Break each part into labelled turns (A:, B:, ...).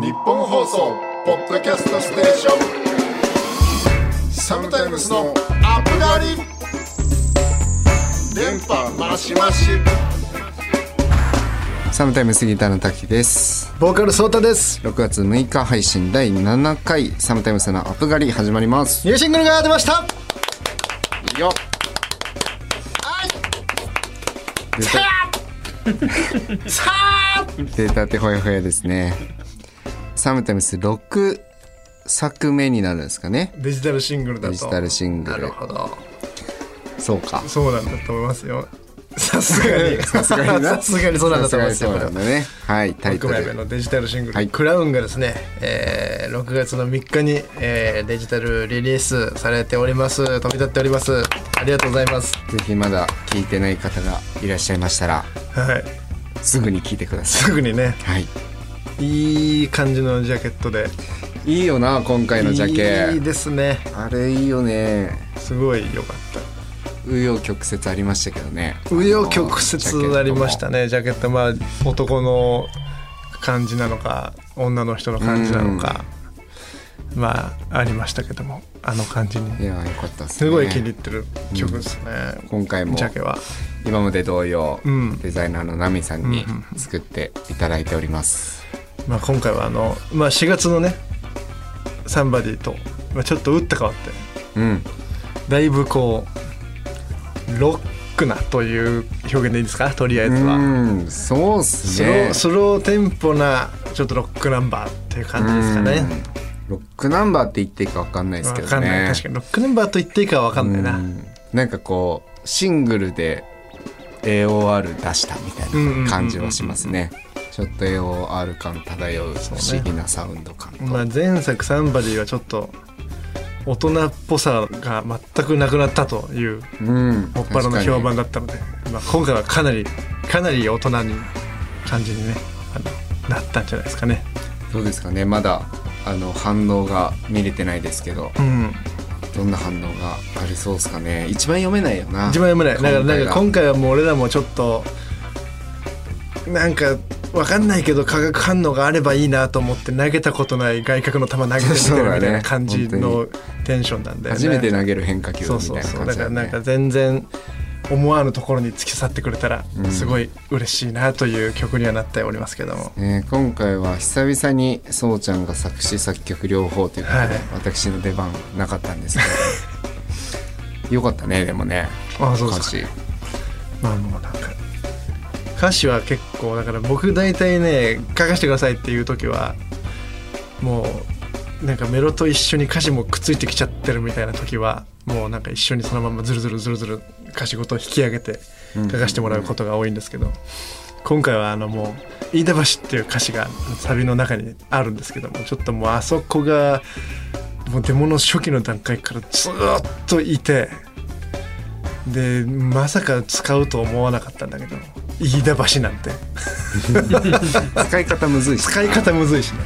A: 日本放送ポッドキャストステーションサムタイムスのアップガリ電波マシマシ
B: サムタイムスギターの滝です
C: ボーカルソータです
B: 6月6日配信第7回サムタイムスのアップガリ始まります
C: ニューシングルが出ました
B: よっ
A: さあ
B: 出たてほやほやですねサムタイムス6作目になるんですかね
C: デジタルシングルだと
B: デジタルシングル
C: なるほど
B: そうか
C: そうなんだと思いますよさすがに
B: さすがにな
C: さすがにそうなんだと思います
B: さすが
C: よ
B: にそうなんだねはいタイ
C: 6
B: トル
C: 枚目のデジタルシングル「
B: はい
C: クラウン」がですね、えー6月の3日に、えーデジタルリリースされております飛び立っておりますありがとうございます
B: ぜひまだ聞いてない方がいらっしゃいましたら
C: はい
B: すぐに聞いてくださ
C: すぐにね
B: いはい
C: いい感じのジャケットで
B: いいよな今回のジャ
C: いい
B: ケ
C: ですね
B: あれいいよね
C: すごい良かった
B: 紆余曲折ありましたけどね
C: 紆余曲折ありましたねジャケットまあ男の感じなのか女の人の感じなのか、まあありましたけどもあの感じに
B: いやよかったです
C: す
B: ね
C: ごい気に入ってる曲ですね、
B: 今回も
C: ジャケは
B: 今まで同様、
C: うん
B: デザイナーのナミさんに作っていただいております、
C: まあ、今回はあの、まあ、4月のね「サンバディと」まあ、ちょっと打って変わって
B: うん
C: だいぶこうロックなという表現でいいですかとりあえずは、
B: うんそうっす
C: スロー、
B: ね
C: スローテンポなちょっとロックナンバーっていう感じですかね、
B: ロックナンバーって言っていいか分かんないですけ
C: わ
B: ど
C: かん
B: ね
C: ない確かにロックナンバーと言っていいかはわかんないな、
B: うんなんかこうシングルで AOR 出したみたいな感じはしますねちょっと AOR 感漂う不思議なサウンド感と、
C: まあ、前作「サンバディ」はちょっと大人っぽさが全くなくなったという
B: うん
C: もっぱらの評判だったので、まあ、今回はかなりかなり大人に感じにねあのなったんじゃないですかね
B: どうですかねまだあの反応が見れてないですけど
C: うん
B: どんな反応がありそうですかね一番読めないよな
C: 一番読めないだからなんか今
B: 今回
C: 回はもう俺らもちょっとなんかわかんないけど化学反応があればいいなと思って投げたことない外角の球投げてみ
B: そう
C: て
B: だ
C: るみ
B: ね
C: たいな感じ
B: 本
C: のテンションなんだよね
B: 初めて投げる変化球み
C: そ
B: たいう
C: そう
B: な
C: そう
B: 感
C: だ
B: じ
C: か
B: だ
C: ら
B: よ
C: なんか
B: ね
C: 全然思わぬところに突き刺さってくれたら
B: うん
C: すごい嬉しいなという曲にはなっておりますけども、
B: ね今回は久々にそうちゃんが作詞作曲両方ということで、
C: はい
B: 私の出番なかったんですけ どよかったねでもね
C: ああそう
B: 歌
C: ですか
B: 詞
C: まあもうなんか歌詞は結構だから僕大体ね書かせてくださいっていう時はもうなんかメロと一緒に歌詞もくっついてきちゃってるみたいな時はもうなんか一緒にそのままズルズルズルズル歌詞ごと引き上げて書かせてもらうことが多いんですけど、今回はあのもう「飯田橋」っていう歌詞がサビの中にあるんですけどもちょっともうあそこがもうデモの初期の段階からずーっといてでまさか使うと思わなかったんだけど飯田橋なんて
B: 使い方むずいし
C: 使い方むずいしね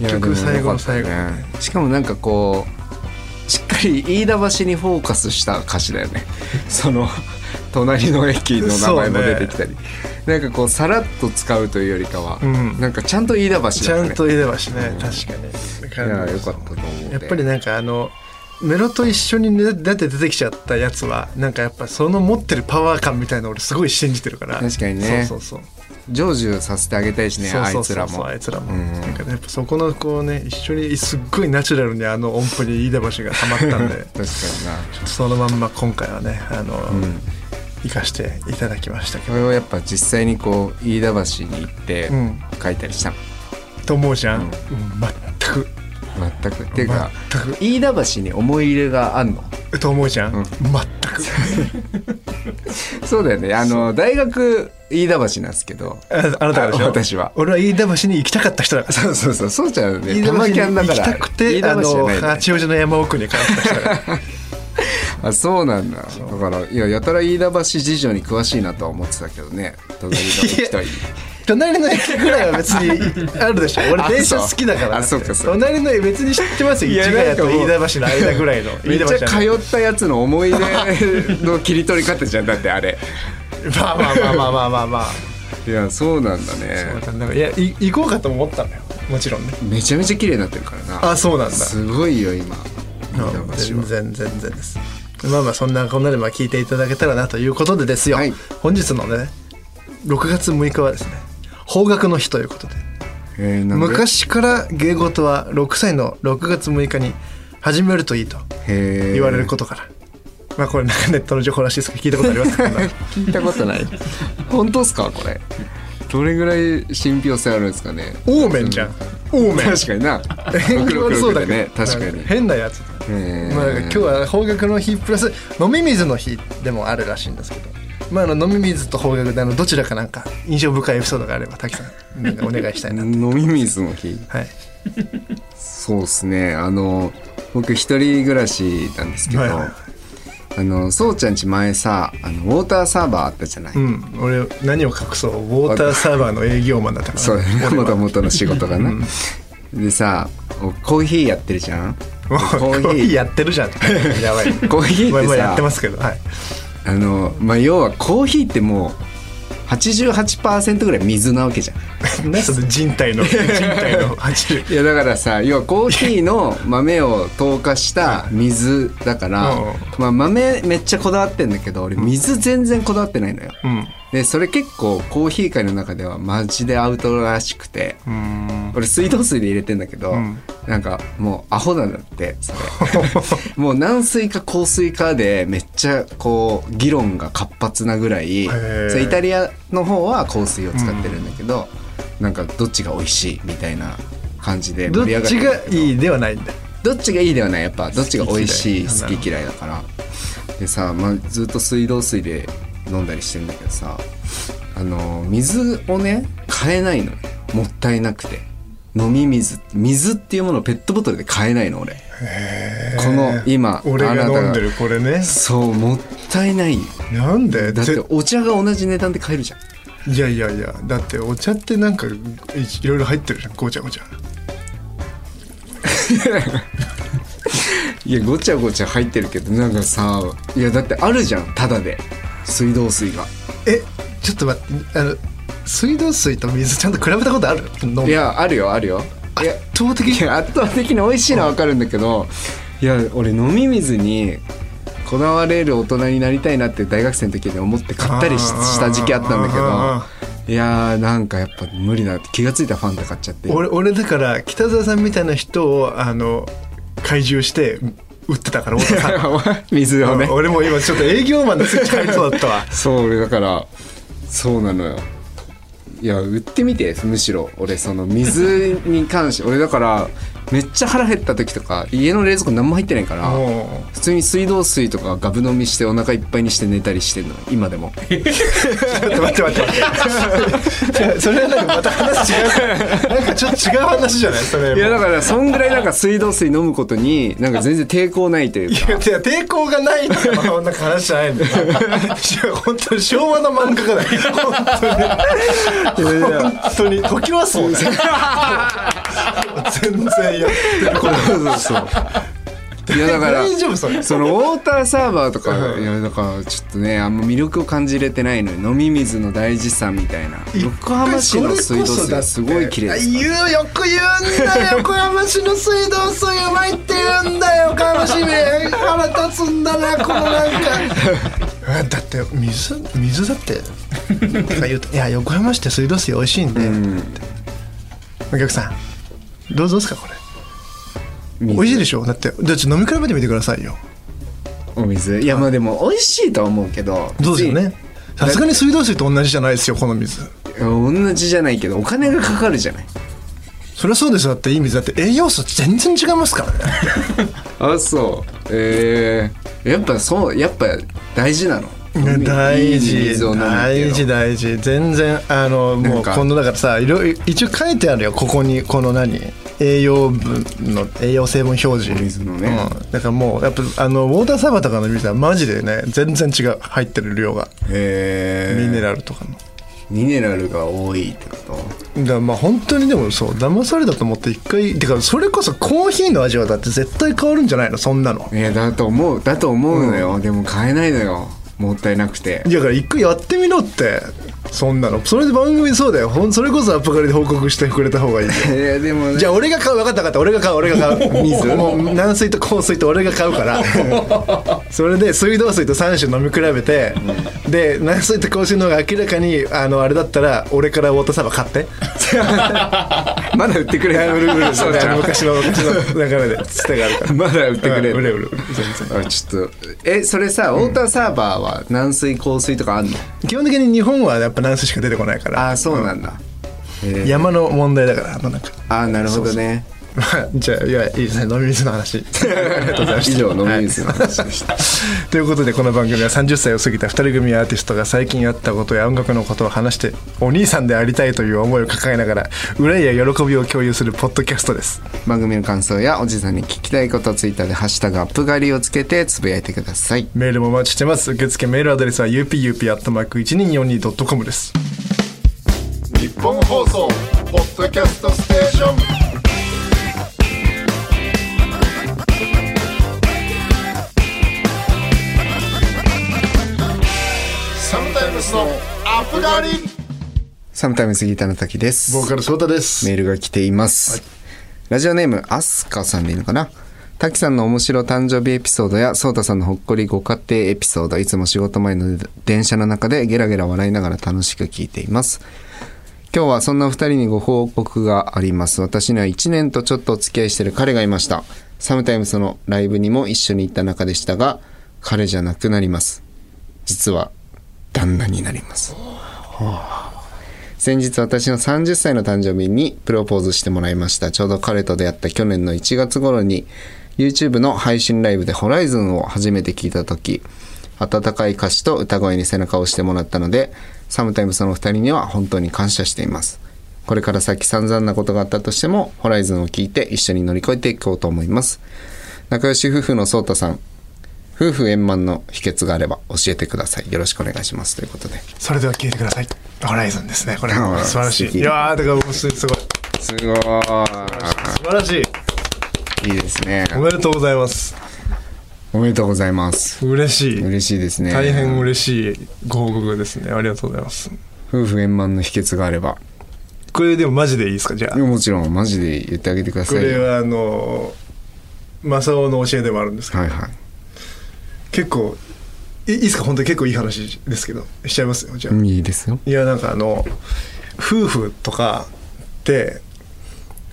B: いや
C: 結局最後の最後
B: でもよかったねしかもなんかこうしっかり飯田橋にフォーカスした歌詞だ よねその隣の駅の名前も出てきたり、なんかこうさらっと使うというよりかは、
C: うん
B: なんかちゃんと飯田橋だね
C: ちゃんと飯田橋ね
B: うん
C: 確か
B: い
C: に
B: やよかったと思う
C: やっぱりなんかあのメロと一緒にねだって出てきちゃったやつはなんかやっぱその持ってるパワー感みたいの俺すごい信じてるから
B: 確かにね
C: そうそうそう
B: 成就させてあげたいしね
C: そう
B: あ
C: そ
B: いうつ
C: そ
B: ら
C: うそう
B: も
C: あいつらも、
B: うん
C: なんかねやっぱそこのこうね一緒にすっごいナチュラルにあの音符に飯田橋がはまったん で
B: 確かにな
C: そのまんま今回はねあの、
B: ん
C: 生かしていただきましたけ
B: こ
C: ど、
B: れをやっぱ実際にこう飯田橋に行って
C: うん
B: 書いたりしたの、
C: と思うじゃん、
B: うん
C: うん全く
B: 全くっていうか
C: 全く
B: 飯田橋に思い入れがあんの
C: と思うじゃん、
B: うん
C: 全く
B: そうだよねあの大学飯田橋なんですけど
C: ああなたがでしょ
B: あ私は
C: 俺は飯田橋に行きたかった人だから
B: そうそうそうそうちゃんね
C: 飯田
B: 玉
C: 橋に
B: キャンだ
C: 行
B: か
C: き
B: ら
C: たくてあ
B: 飯田橋じゃ
C: の
B: ないね
C: 八王子の山奥に帰った 人だから
B: あそうなんだだからいややたら飯田橋事情に詳しいなとは思ってたけどね隣の人は
C: 隣の駅ぐらいは別にあるでしょ俺電車好きだから
B: あそうあそうかそうか
C: 隣の別に知ってますよ
B: いや
C: 市ヶ
B: なん
C: 谷
B: かも
C: と
B: う
C: 飯田橋の間ぐらいの
B: めっちゃ
C: 飯田橋の
B: 通ったやつの思い出の切り取り方じゃんだってあれ
C: まあまあまあまあまあまあまあ
B: いやそうなんだね
C: なんかいやい行こうかとも思ったんだよもちろんね
B: めちゃめちゃ綺麗になってるからな
C: あそうなんだ
B: すごいよ今飯
C: うん
B: 田橋
C: 全
B: は
C: 然全然ですまあまあそんなこんなでまあ聞いていただけたらなということでですよ、
B: はい
C: 本日のね6月6日はですね邦楽の日ということで
B: えーなんで
C: 昔から芸事は6歳の6月6日に始めるといいと
B: へー
C: 言われることから、まあこれなんかネットの情報らしいですけど聞いたことありますか
B: 聞いたことない本当っすかこれどれぐらい信憑性あるんですかね
C: オーメンじゃんオーメン
B: 確かにな
C: 縁起悪そうだけど
B: ね確かに
C: なん変なやつ、
B: えー
C: まあ、今日は方角の日プラス飲み水の日でもあるらしいんですけど、まあ、あの飲み水と方角であのどちらかなんか印象深いエピソードがあれば滝さんなんかお願いしたいな、
B: 飲み水の日
C: はい、
B: そうですねあの僕一人暮らしなんですけど、
C: はいはいはい
B: あのそうちゃんち前さあのウォーターサーバーあったじゃない、
C: うん俺何を隠そうウォーターサーバーの営業マンだったから
B: そうだねもともとの仕事がな、でさコーヒーやってるじゃん
C: もうコーヒーやってる じゃんやばい
B: コーヒー
C: ま
B: ってさ
C: あまあやってますけどはい
B: あのまあ要はコーヒーってもう88%ぐらい水なわけじゃん
C: 何その人体の人体の80
B: いやだからさ要はコーヒーの豆を透過した水だから、
C: うん
B: まあ、豆めっちゃこだわってんだけど俺水全然こだわってないのよ、
C: うん
B: でそれ結構コーヒー界の中ではマジでアウトらしくて
C: うん
B: 俺水道水で入れてんだけど、
C: ん
B: なんかもうアホなんだってそれもう軟水か硬水かでめっちゃこう議論が活発なぐらい
C: ー
B: そうイタリアの方は硬水を使ってるんだけど、なんかどっちが美味しいみたいな感じで
C: ど
B: 盛
C: っ
B: り上がって
C: ち
B: る
C: がいいではないんだ
B: どっちがいいではないやっぱどっちが美味しい
C: 好き嫌い
B: 好き嫌いだからでさ、まあ、ずっと水道水で飲んだりしてんだけどさあの水をね買えないのよもったいなくて飲み水水っていうものをペットボトルで買えないの俺この今
C: 俺
B: あ
C: が
B: なた
C: 飲んでるこれね
B: そうもったいない
C: なんで
B: だって
C: ぜ
B: お茶が同じ値段で買えるじゃん
C: いやいやいやだってお茶ってなんかいいろいろ入ってるじゃんごちゃごちゃ
B: いやごちゃごちゃ入ってるけどなんかさいやだってあるじゃんタダで水道水が
C: えちょっと待ってあの水道水と水ちゃんと比べたことある飲む
B: いやあるよあるよいや
C: 圧倒的
B: いや圧倒的に美味しいのは分かるんだけど、いや俺飲み水にこだわれる大人になりたいなって大学生の時に思って買ったりし
C: あー
B: した時期あったんだけ
C: あ
B: どいやーなんかやっぱ無理だなって気がついたらファンで買っちゃって
C: 俺俺だから北澤さんみたいな人をあの怪獣して売って たから太田さん
B: 水をね
C: うん俺も今ちょっと営業マンのスイッチ入りそうだったわ
B: そう俺だからそうなのよいや売ってみてむしろ俺その水に関して俺だからめっちゃ腹減った時とか家の冷蔵庫何も入ってないから
C: も
B: 普通に水道水とかガブ飲みしてお腹いっぱいにして寝たりしてんの今でも
C: うちょっと待って待って待ってい やそれはなんかまた話違うからなんかちょっと違う話じゃないそれも
B: いやだからそんぐらいなんか水道水飲むことになんか全然抵抗ないという
C: いや
B: か
C: いや抵抗がないとかそんな話じゃないんだよいや本当に昭和の漫画家だよ本当に本当に時はそうだよ 全然やってること
B: そうそういやだから
C: 大丈夫それ
B: そのウォーターサーバーとか
C: うん
B: いやだからちょっとねあんま魅力を感じれてないのに飲み水の大事さみたいな横浜市の水道水はすごい綺麗ですから
C: 言うよく言うんだよ 横浜市の水道水うまいって言うんだよ横浜市民腹立つんだなこの なんかあだって水水だってとか言うと「いや横浜市って水道水美味しいんで」ってお客さんどうぞですかこれ
B: 水
C: 美味しいでしょだってだって飲み比べてみてくださいよ
B: お水いやまあでも美味しいとは思うけど
C: どうですよねさすがに水道水と同じじゃないですよこの水
B: 別にいや同じじゃないけどお金がかかるじゃない
C: そりゃそうですよだっていい水だって栄養素全然違いますからね
B: あそうえー、やっぱそうやっぱ大事なの
C: ね大事大事
B: だ
C: 大事全然あの
B: な
C: も
B: ん
C: う
B: か
C: このだからさいろいろ一応書いてあるよここにこの何栄養分の栄養成分表示
B: 水のね
C: うん、だからもうやっぱあのウォーターサーバーとかの水はマジでね全然違う入ってる量が
B: へ
C: ミ
B: ミネ
C: ネ
B: ラ
C: ラルとかの、
B: ミネラルが多いってこと
C: だからまあ本当にでもそう騙されたと思って一回てかそれこそコーヒーの味はだって絶対変わるんじゃないのそんなの
B: いやだと思うだと思うのよ、でも買えないのよもったいなくて
C: いやだから一回やってみろってそんなのそれで番組そうだよほんそれこそアップカリで報告してくれた方がいいよ
B: いやでもね
C: じゃあ俺が買う分かった分かった俺が買う俺が買 う水もう軟水と硬水と俺が買うからそれで水道水と3種飲み比べて、で軟水と硬水の方が明らかにあのあれだったら俺からウォーターサーバー買って
B: まだ売ってくれ
C: いや売る売る
B: そうじゃん
C: 昔の昔の流れでつてがある から
B: まだ売ってくれ
C: うん売れ売れ
B: あちょっとえそれさウォーターサーバーは軟水硬水とかあんの
C: 基本的に日本はやっぱ軟水しか出てこないから
B: ああそうなんだ、えー
C: 山の問題だからあのなんか
B: ああなるほどね
C: まあじゃあいやいいですね飲み水の 話ありがとうございました
B: 以上飲み水の 話でした、
C: ということでこの番組は30歳を過ぎた2人組アーティストが最近あったことや音楽のことを話してお兄さんでありたいという思いを抱えながら憂いや喜びを共有するポッドキャストです
B: 番組の感想やおじさんに聞きたいことツイッターで「ハッシュタグアップガリ」をつけてつぶやいてください
C: メールもお待ちしてます受付メールアドレスは upup.1242.com です
A: 日本放送ポッドキャストステーションサムタイムスのアップガリ
B: サムタイムスギターの滝です
C: ボーカル翔太です
B: メールが来ています、ラジオネームアスカさんでいいのかな滝さんの面白誕生日エピソードやソータさんのほっこりご家庭エピソードいつも仕事前の電車の中でゲラゲラ笑いながら楽しく聞いています今日はそんなお二人にご報告があります私には1年とちょっとお付き合いしてる彼がいましたサムタイムスのライブにも一緒に行った中でしたが彼じゃなくなります実は旦那になります先日私の30歳の誕生日にプロポーズしてもらいましたちょうど彼と出会った去年の1月頃に YouTube の配信ライブで「ホライズンを初めて聞いた時温かい歌詞と歌声に背中を押してもらったのでサムタイムその2人には本当に感謝していますこれから先散々なことがあったとしても「ホライズンを聞いて一緒に乗り越えていこうと思います仲良し夫婦のソータさん夫婦円満の秘訣があれば教えてくださいよろしくお願いしますということで
C: それでは聞いてくださいホライズンですねこれ
B: あー
C: 素晴らし
B: 素
C: い
B: 敵
C: いやーだからもうすすごい
B: すごー
C: 素晴らしい
B: いいですね
C: おめでとうございます
B: おめでとうございます。
C: 嬉しい
B: 嬉しいですね。
C: 大変嬉しいご報告ですねありがとうございます
B: 夫婦円満の秘訣があれば。
C: これでもマジでいいですかじゃあ
B: もちろん、マジで言ってあげてくだ
C: こ
B: さい。
C: れはあの正雄の教えでもあるんですけど、
B: はいはい。
C: 結構いいいですか本当に結構いい話ですけどしちゃいますよじゃあ、
B: うんいいですよ。
C: いやなんかあの夫婦とかって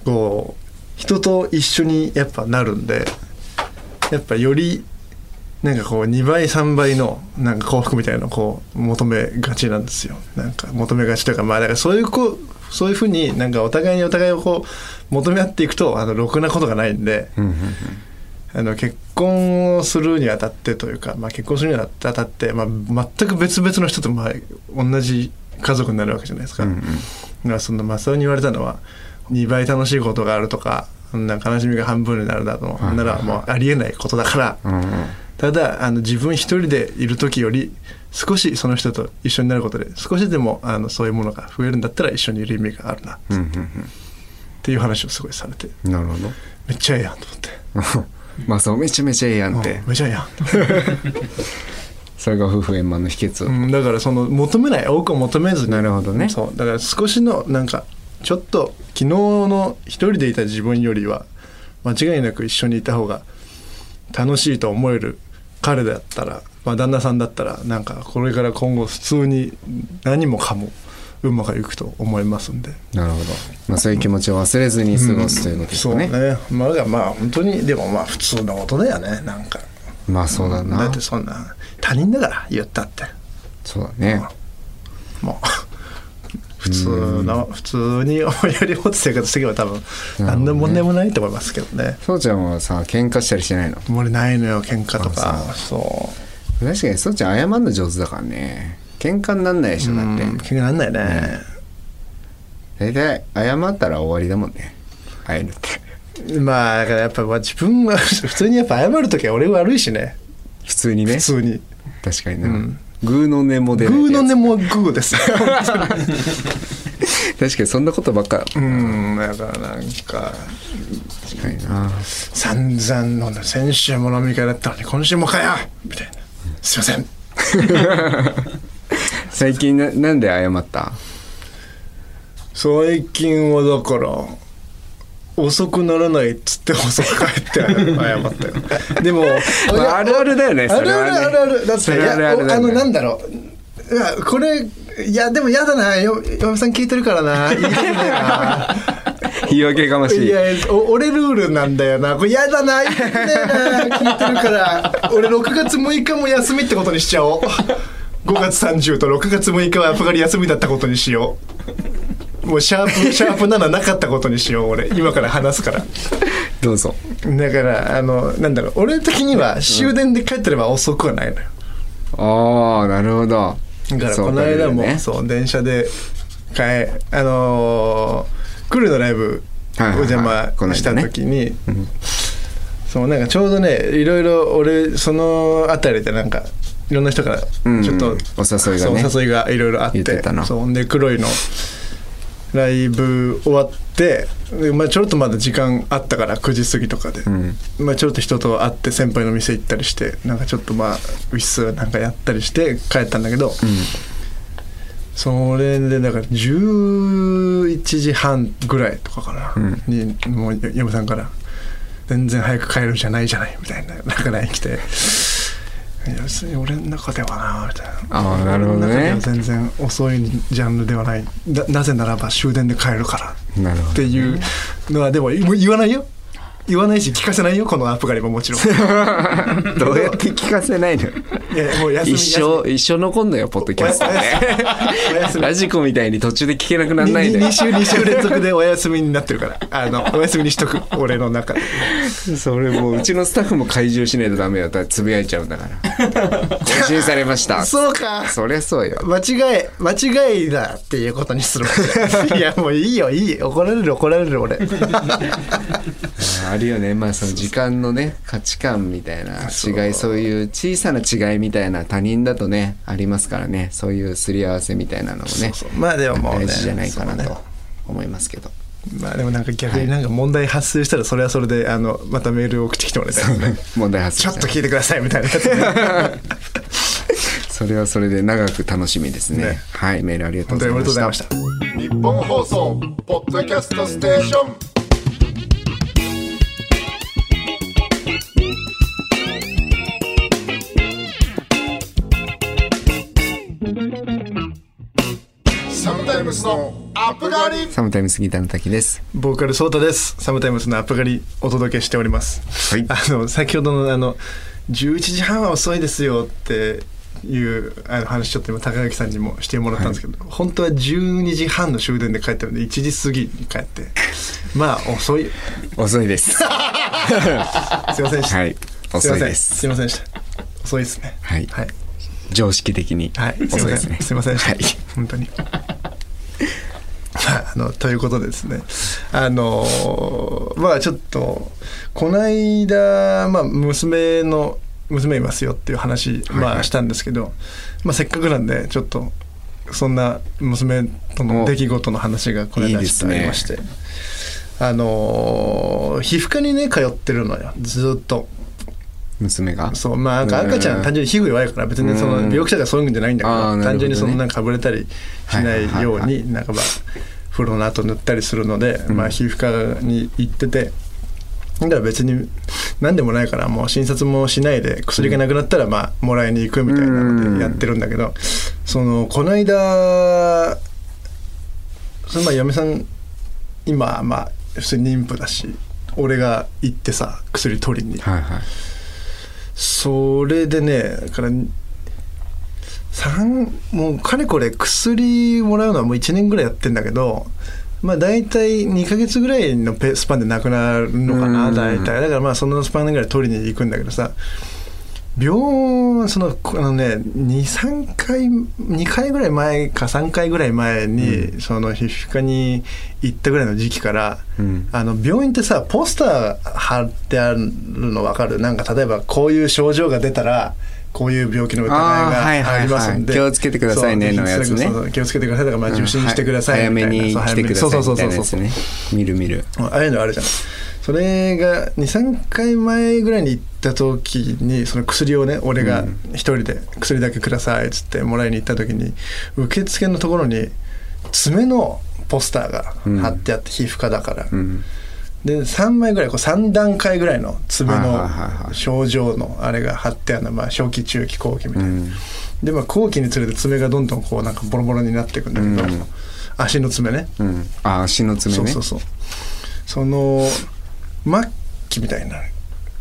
C: こう人と一緒にやっぱなるんでやっぱよりなんかこう2倍3倍のなんか幸福みたいなのをこう求めがちなんですよなんか求めがちというかまあだからそういうこうそういうふうになんかお互いにお互いをこう求め合っていくとあのろくなことがないんで、
B: うんうん
C: あの結婚をするにあたってというか、まあ、結婚するにあたって、まあ、全く別々の人と、まあ、同じ家族になるわけじゃないですか。
B: うんうん
C: まあそのマサオに言われたのは2倍楽しいことがあるとかそんな悲しみが半分になるだと
B: い
C: ならもうありえないことだから、
B: うんうん
C: ただあの自分一人でいる時より少しその人と一緒になることで少しでもあのそういうものが増えるんだったら一緒にいる意味があるなっ
B: うん
C: ていう話をすごいされて
B: うんなるほ
C: めっちゃええやんと思って
B: ど。 まあそう、めちゃめちゃええやんって
C: うん。めっちゃええやん
B: それが夫婦円満の秘訣。
C: うん、だからその求めない多くを求めずに
B: なるほどね
C: そうだから少しのなんかちょっと昨日の一人でいた自分よりは間違いなく一緒にいた方が楽しいと思える彼だったら、まあ、旦那さんだったらなんかこれから今後普通に何もかもうまくいくと思いますんで。
B: なるほど。まあそういう気持ちを忘れずに過ごすということです
C: そう
B: か
C: ね
B: ね。
C: まあだからまあ本当にでもまあ普通のことだよねなんか
B: まあそうだ
C: だっ
B: な
C: て。そんな他人だから言ったって
B: そうだね。
C: もう 普通の普通に 思いやりを持って生活していけば多分何の問題もないと思いますけどね
B: そうちゃんはさ、喧嘩したりしてないの
C: もうないのよ喧嘩と
B: あ
C: かそ
B: 確かにそうちゃん謝るの上手だからね。喧嘩になんないでし
C: う
B: ょ、だっ
C: ん
B: て。
C: 喧嘩なんないね
B: 大体、謝ったら終わりだもんね。会えるって。
C: まあだからやっぱまあ自分は 普通にやっぱ謝る時は俺が悪いしね
B: 普通にね。
C: 普通に
B: 確かにな、グーの音も出
C: グ
B: ない
C: ーの
B: や
C: 音もグーです
B: つ確かにそんなことばっか
C: うんだからなんか
B: 確かにな
C: 散々飲んだ先週も飲み会だったのに今週もかよみたいなすいません
B: 最近ななんで謝った
C: 最近はだから遅くならないっつって遅く帰って 謝ったよでも
B: まああるあるだよね
C: あ
B: そ
C: る
B: れ
C: あ
B: はね
C: るあるあるだって
B: そ
C: い
B: れ
C: や
B: あるある
C: お
B: だ
C: あ
B: よ
C: の
B: ね
C: なんだろういやこれいやでもやだなよ嫁さん聞いてるからな言いたくないな
B: 言い訳がまし
C: い
B: い
C: やお俺ルールなんだよなこれやだな言いたくないな聞いてるから俺6月6日も休みってことにしちゃおう5月30と6月6日はやっぱり休みだったことにしようもうシャープシャープ7なかったことにしよう俺今から話すから
B: どうぞ
C: だからあのなんだろう俺的には終電で帰ってれば遅くはないのよ
B: ああなるほど
C: だから
B: そう
C: この間も
B: だ
C: そう,、
B: ね
C: 電車で帰あのー、クルーのライブお
B: はいはいはい
C: 邪魔
B: この間ね
C: した時に、そうなんかちょうどねいろいろ俺そのあたりでなんかいろんな人からち
B: うん
C: ょっと、
B: お誘いがね
C: そうお誘いがいろいろあって
B: 言ってたな
C: そうで黒いのライブ終わってで、まあ、ちょろっとまだ時間あったから9時過ぎとかで、
B: うん
C: まあ、ちょっと人と会って先輩の店行ったりしてなんかちょっとまあウィスなんかやったりして帰ったんだけど、それでだから11時半ぐらいとかかな、にもう嫁さんから「全然早く帰るじゃないじゃない」みたいななんか LINE 来て。いや別に俺の中ではなみたいな
B: あーなるほどね
C: 俺の中では全然遅いジャンルではないななぜならば終電で帰るから
B: なるほ
C: っていうのはでももう言わないよ言わないし聞かせないよこのアプガリもも ちろんい
B: どどうやって聞かせないの
C: やもう休み
B: 一生一生残んのよポッドキ
C: お
B: ャ
C: や
B: ス
C: す
B: ト
C: みお
B: ね
C: やすみおやすみ
B: ラジコみたいに途中で聞けなくならないで
C: 2週2週連続でお休みになってるからあのお休みにしとく俺の中で
B: それもううちのスタッフも怪獣しないとダメよだってつぶやいちゃうんだから更新されました
C: そうか
B: そりゃそうよ
C: 間違え間違いだっていうことにする いやもういいよいいよ怒られる怒られる俺
B: あるよねまあその時間のね価値観みたいな違いそういう小さな違いみたいな他人だとねありますからねそういうすり合わせみたいなのもね
C: まあでももうね
B: 大事じゃないかな
C: そう
B: と
C: ね
B: 思いますけど
C: まあでもなんか逆になんか問題発生したらそれはそれであのまたメール送ってきてもらいたいですね
B: 問題発
C: ちょ
B: 生
C: っ
B: し
C: と
B: た
C: 聞いてくださいみたいなやつね
B: それはそれで長く楽しみですね
C: ね
B: はいメールありがとう
C: 本
B: ご
C: 当に
B: ざい
C: おめ
B: ま
C: でとうご
B: し
C: ざい
B: た
C: ました
A: 日本放送ポッドキャストステーションサムタイムスのアップガリ
B: サムタイムスギターの滝 です
C: ボーカルソータです。サムタイムスのアップガリお届けしております。
B: はい
C: あの先ほどのあの11時半は遅いですよっていうあの話ちょっと今高垣さんにもしてもらったんですけど、本当は12時半の終電で帰ったので1時過ぎに帰って、まあ遅い。
B: 遅いです
C: すいませんでした。
B: はい
C: すい
B: 遅
C: ま
B: い
C: せ
B: で
C: ん。
B: す
C: すいませんでした。遅いですね。
B: はい
C: はい。
B: 常識的に
C: はい。
B: 遅いですね
C: すいませんでした。
B: はい
C: 本当に。まあ、あのということでですねあのーまあちょっとこの間、まあ、娘の娘いますよっていう話、
B: いはい
C: まあ、したんですけど、まあ、せっかくなんでちょっとそんな娘との出来事の話がこの
B: お
C: 間
B: いいで
C: ちょっ
B: す
C: とあ
B: ね
C: りましてあのー皮膚科にね通ってるのよずっと
B: 娘が
C: そうまあなんか赤ちゃん
B: うん
C: 単純に皮膚弱いから別にその
B: うん
C: 病気者がそういうんじゃないんだけど
B: あーなるほどね
C: 単純にそのなんかぶれたりしないよ
B: はいはいは
C: う
B: いは
C: になんかまあ風呂の後塗ったりするので、まあ皮膚科に行ってて。だから別に何でもないからもう診察もしないで薬がなくなったらまあもらいに行くみたいなのでやってるんだけどそのこの間そのまあ嫁さん今まあ普通に妊婦だし俺が行ってさ薬取りに
B: はいはい
C: それでねだから三もうかれこれ薬もらうのはもう1年ぐらいやってんだけどまあ大体2ヶ月ぐらいのペスパンでなくなるのかな
B: うん
C: 大体だからまあそのスパンぐらい取りに行くんだけどさ病そのこあのね23回2回ぐらい前か3回ぐらい前に、その皮膚科に行ったぐらいの時期から、
B: うん
C: あの病院ってさポスター貼ってあるの分かるなんか例えばこういう症状が出たらこういう病気の疑い
B: あーはいはい
C: が
B: はい
C: ありますんで、
B: 気をつけてくださいね
C: そう
B: のやつね
C: そうそう気をつけてくださいとか、まあ、
B: うん
C: 受診してください
B: は早めに
C: そう
B: 来てください
C: そ
B: みたいな
C: うそうそうそう
B: やつね見る見る
C: ああいうのあるじゃないそれが23回前ぐらいに行った時にその薬をね俺が一人で「薬だけください」っつってもらいに行った時に受付のところに爪のポスターが貼ってあって皮膚科だから、
B: うん
C: で3枚ぐらいこう3段階ぐらいの爪
B: はいは
C: の
B: いはいはい
C: 症状のあれが貼ってあるの、まあ、初期中期後期みたいな、
B: うん
C: でまあ後期につれて爪がどんどんこうなんかボロボロになっていくんだけど、
B: うん
C: 足の爪ね
B: うんあ足の爪ね
C: そうそうそうその末期みたいな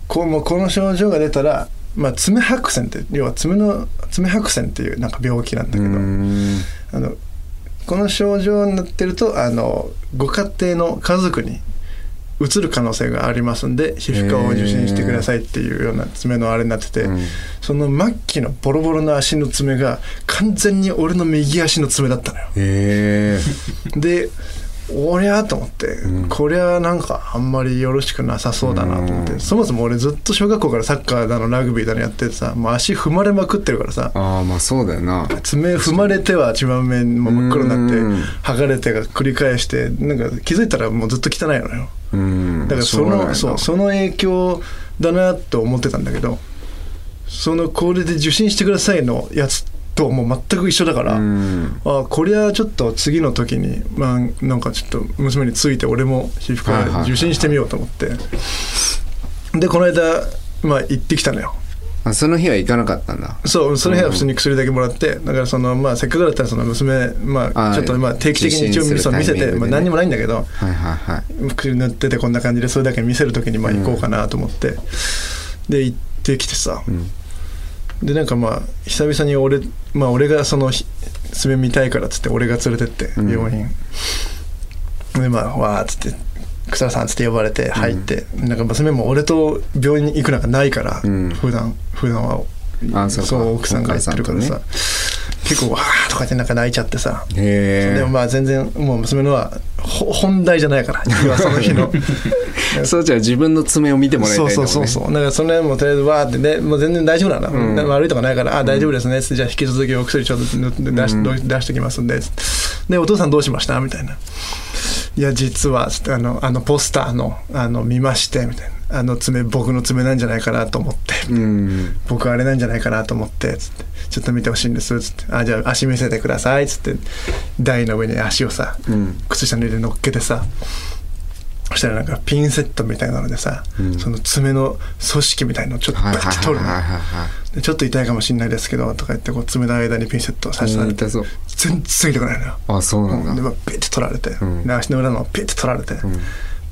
C: こうもうこの症状が出たら、まあ、爪白癬って要は爪の爪白癬っていうなんか病気なんだけど、
B: うん
C: あのこの症状になってるとあのご家庭の家族にうつる可能性がありますんで皮膚科を受診してくださいっていうような爪のあれになってて、
B: うん
C: その末期のボロボロの足の爪が完全に俺の右足の爪だったのよ。
B: へえ
C: でおりゃーと思って、
B: うん
C: こりゃなんかあんまりよろしくなさそうだなと思って、
B: うん
C: そもそも俺ずっと小学校からサッカーだのラグビーだのやっててさもう足踏まれまくってるからさ
B: ああまあそうだよな
C: 爪踏まれては血まみれも真っ黒になって
B: うん
C: 剥がれてが繰り返してなんか気づいたらもうずっと汚いのよ
B: うん
C: だから
B: し
C: そ
B: ょうがない
C: の
B: な
C: そうその影響だなと思ってたんだけどそのこれで受診してくださいのやつともう全く一緒だから、
B: うん
C: あこりゃちょっと次の時に、まあ、なんかちょっと娘について俺も皮膚
B: はいはいはい
C: 科
B: はい
C: 受診してみようと思って、でこの間、まあ、行ってきたのよ
B: あその日は行かなかったんだ
C: そうその日は普通に薬だけもらって、だからその、まあ、せっかくだったらその娘、まあ、
B: あ
C: ちょっとまあ定期的に一応
B: 受診
C: 見
B: す
C: せ
B: るタイミン
C: 見
B: グ
C: せ
B: でね
C: て、まあ、何にもないんだけど
B: はいはいはい
C: 薬塗っててこんな感じでそれだけ見せる時にまあ
B: うん
C: 行こうかなと思って、で行ってきてさ、
B: うん
C: でなんかまあ久々に俺,、まあ、俺がそのひ爪見たいからっつって俺が連れてって
B: うん
C: 病院、でまあわーっつって草田さんっつって呼ばれて入って、なんか娘も俺と病院に行くなんかないから、
B: うん
C: 普段普段は
B: あそうか
C: 奥さんがやってるからさ
B: お
C: 結構わーとか言ってなんか泣いちゃってさで
B: へ
C: もまあ全然もう娘のはほ本題じゃない から今その日の
B: えそうじゃあ自分の爪を見てもらいたいん
C: そう
B: だ
C: そ
B: もんね
C: うそうそうだからその辺もとりあえずわーってねもう全然大丈夫なの、
B: うん
C: 悪いとかないから「あ大丈夫ですね」じゃあ引き続きお薬ちょっと塗って出し,、出してきますんで」で「お父さんどうしました?」みたいな「いや実は」つってあのあのポスターのあの見まして」みたいな「あの爪僕の爪なんじゃないかなと思って」
B: うん
C: 僕あれなんじゃないかなと思ってつってちょっと見てほしいんですつってあじゃあ足見せてくださいつって台の上に足をさ、
B: うん
C: 靴下の上で乗っけてさそしたらなんかピンセットみたいなのでさ、
B: うん
C: その爪の組織みたいのをちょっと
B: はい
C: バ
B: はい
C: ッて
B: はい
C: 取るの
B: はいは
C: でちょっと痛いかもしれないですけどとか言ってこう爪の間にピンセットを刺
B: い
C: し
B: は
C: た
B: い
C: ら
B: 痛そう
C: 全然痛くないのよ
B: あそうな
C: で
B: んだ
C: まあピッて取られて、
B: ん
C: で足の裏のピッて取られて、
B: ん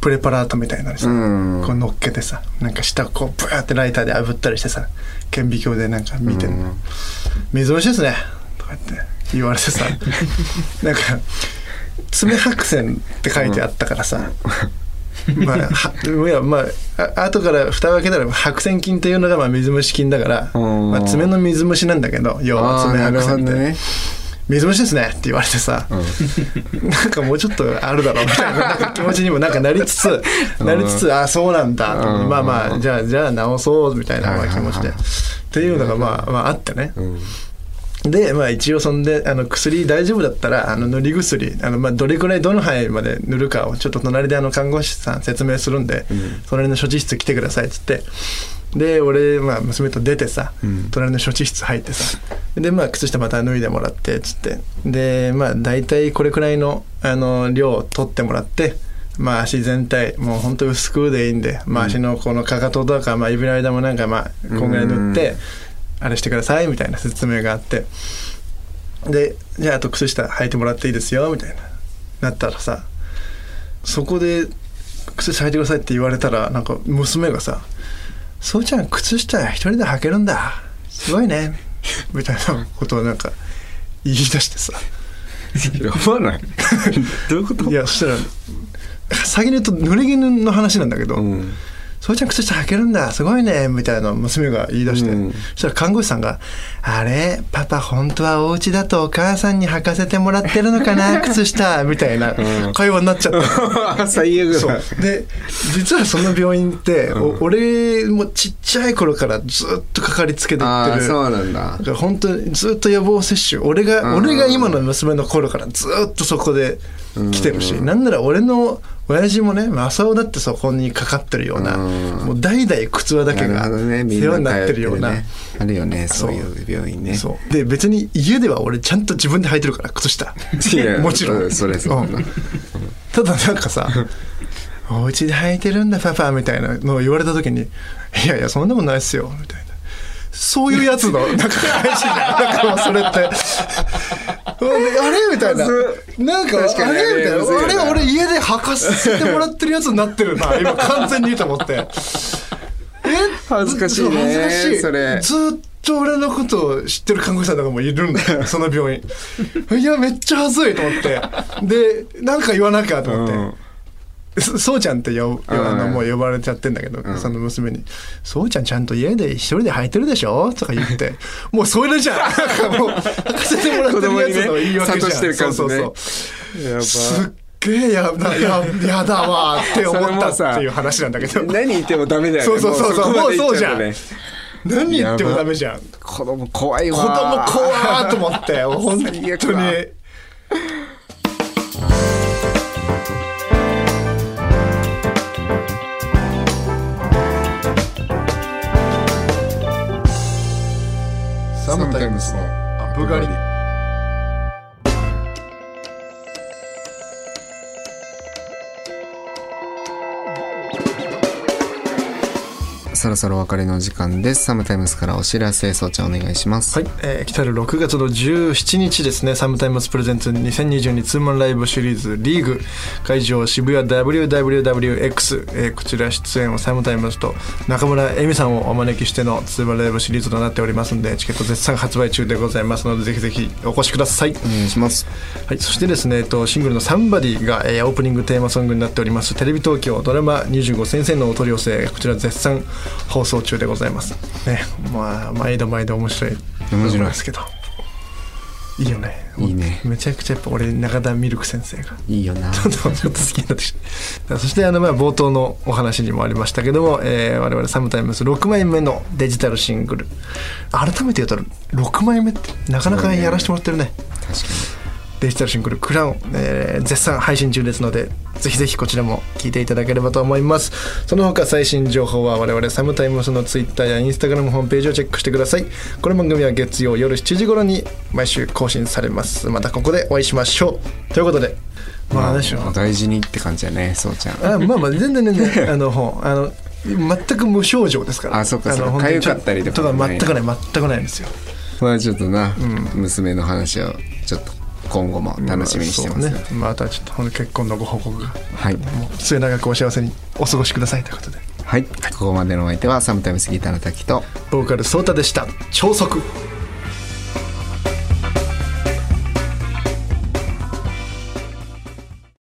C: プレパラートみたいなのにさ、
B: うん
C: こう乗っけてさなんか下をこうブワーってライターで炙ったりしてさ顕微鏡でなんか見てんの、
B: うん
C: 水虫ですね」とか言って言われて さなんか「爪白線」って書いてあったからさ、まあはいやまああ後から蓋を開けたら白線菌っていうのがまあ水虫菌だから、
B: うん
C: まあ、爪の水虫なんだけど要は
B: あー
C: 爪
B: な
C: 白
B: るほど
C: 線って、
B: ね
C: 水虫ですねって言われてさ、なんかもうちょっとあるだろうみたい ななんか気持ちにもなんかなりつつ、なりつつ、ああ、そうなんだ、
B: うん
C: まあまあ、じゃあ、じゃあ直そうみたいなま
B: は
C: あ
B: いはい
C: 気
B: はい
C: 持ちで。っていうのがまあ、まああってね。
B: うん
C: で、まあ一応そんで、あの薬大丈夫だったら、あの塗り薬、あのまあどれくらいどの範囲まで塗るかをちょっと隣であの看護師さん説明するんで、隣の処置室来てくださいっつって。で、俺、まあ娘と出てさ、隣の処置室入ってさ、で、まあ靴下また脱いでもらって、つって。で、まあ大体これくらいの、あの、量を取ってもらって、まあ足全体、もう本当薄くでいいんで、まあ足のこのかかととか、まあ指の間もなんかまあ、こんぐらい塗って、あれしてくださいみたいな説明があってでじゃああと靴下履いてもらっていいですよみたいななったらさそこで靴下履いてくださいって言われたらなんか娘がさ「そうちゃん靴下一人で履けるんだすごいね」みたいなことをなんか言い出してさ
B: や ばないどういうこと
C: いやそしたら先に言うと濡れ衣の話なんだけど、
B: うん
C: そうちゃん靴下履けるんだすごいねみたいな娘が言い出して、
B: うん
C: そしたら看護師さんが「あれパパ本当はお家だとお母さんに履かせてもらってるのか な靴下」みたいな
B: うん
C: 会話になっちゃった。
B: 最悪だ
C: そうで実はその病院って、お俺もちっちゃい頃からずっとかかりつけていっ
B: あ
C: て
B: あ
C: る
B: そうなんだ
C: だから本当にずっと予防接種俺が
B: うん
C: 俺が今の娘の頃からずっとそこで来てるしなんなら俺の親父もね正雄だってそこにかかってるような、
B: うん
C: もう代々靴輪だけが
B: なるほどねみん
C: 世話になってるような。
B: 通ってるねあるよねそういう病院ね
C: そうで別に家では俺ちゃんと自分で履いてるから靴下
B: い や
C: もちろん
B: それそう
C: うんただなんかさ「お家で履いてるんだパパ」みたいなのを言われた時に「いやいやそんなもんないっすよ」みたいなそういうやつのなんか返しじゃんなんかもうそれってうんあれみたいななんか
B: 確かに
C: あれみたいな
B: むずいよね
C: あれ俺家で履かせてもらってるやつになってるな今完全にと思って
B: 恥ずかし
C: そ
B: いね
C: う恥ずかしい
B: それ
C: ずーっと俺のことを知ってる看護師さんとかもいるんだ よその病院 いやめっちゃ恥ずいと思ってでなんか言わなきゃと思って、
B: うん
C: そそうちゃんって呼ぶあの
B: うん
C: もう呼ばれちゃってんだけど、その娘に「そうちゃんちゃんと家で一人で履いてるでしょ?」とか言って もうそれ じゃんなんかもう履かせてもらってるやつの言い訳じゃん、
B: 子供にね諭してる感じ
C: そ
B: ね
C: うそう
B: やば
C: そうすっげえやだややだわーって思ったっていう話なんだけど
B: 何言ってもダメだよね
C: そうそうそうそう
B: もうこまで行
C: もう
B: っち
C: そう
B: ゃ
C: 何言ってもダメじゃん
B: うとね子供怖いわ
C: 子供怖ーと思って本
B: 最悪
C: 当に
B: だ
A: サムタイムスのアップ狩り
B: そろそろお別れの時間ですサムタイムスからお知らせそうちゃんお願いします
C: はい、えー来たる6月の17日ですね、サムタイムズプレゼンツ2022ツーマンライブシリーズリーグ会場渋谷 WWWX、えーこちら出演をサムタイムズと中村恵美さんをお招きしてのツーマンライブシリーズとなっておりますので、チケット絶賛発売中でございますので、ぜひぜひお越しください。
B: お願いします
C: はい、そしてですね、えっと、シングルの「サンバディが、えーオープニングテーマソングになっておりますテレビ東京ドラマ「25先生のお取り寄せ」こちら絶賛放送中でございますねまあ毎度毎度面白い
B: 面白い
C: ですけどいいよね
B: いいね
C: めちゃくちゃやっぱ俺中田ミルク先生が
B: いいよな
C: ちょっとちょっと好きになってきたそしてあのまあ冒頭のお話にもありましたけども、えー、我々サムタイムズ6枚目のデジタルシングル改めて言うと6枚目ってなかなかやらせてもらってるね
B: 確か
C: デジタルシングル「クラウン、えー絶賛配信中ですのでぜひぜひこちらも聴いていただければと思いますその他最新情報は我々サムタイムスの Twitter や Instagram ホームページをチェックしてくださいこの番組は月曜夜7時頃に毎週更新されますまたここでお会いしましょうということで
B: に
C: まあ何でしょう
B: お大事にって感じだねそうちゃん
C: あまあまあ全然全然あのほうあの全く無症状ですから
B: あそうかそうか
C: の本当に
B: 痒かったりとか
C: と
B: も
C: か
B: ない
C: 全くない全くないんですよ
B: まあちょっとな、娘の話をちょっと今後も楽しみにしてますので、
C: そうねまたちょっとほんと結婚のご報告が
B: はい、
C: もう末永くお幸せにお過ごしくださいということで
B: はい、ここまでのお相手はサムタイムスギターの滝と
C: ボーカルソータでした超速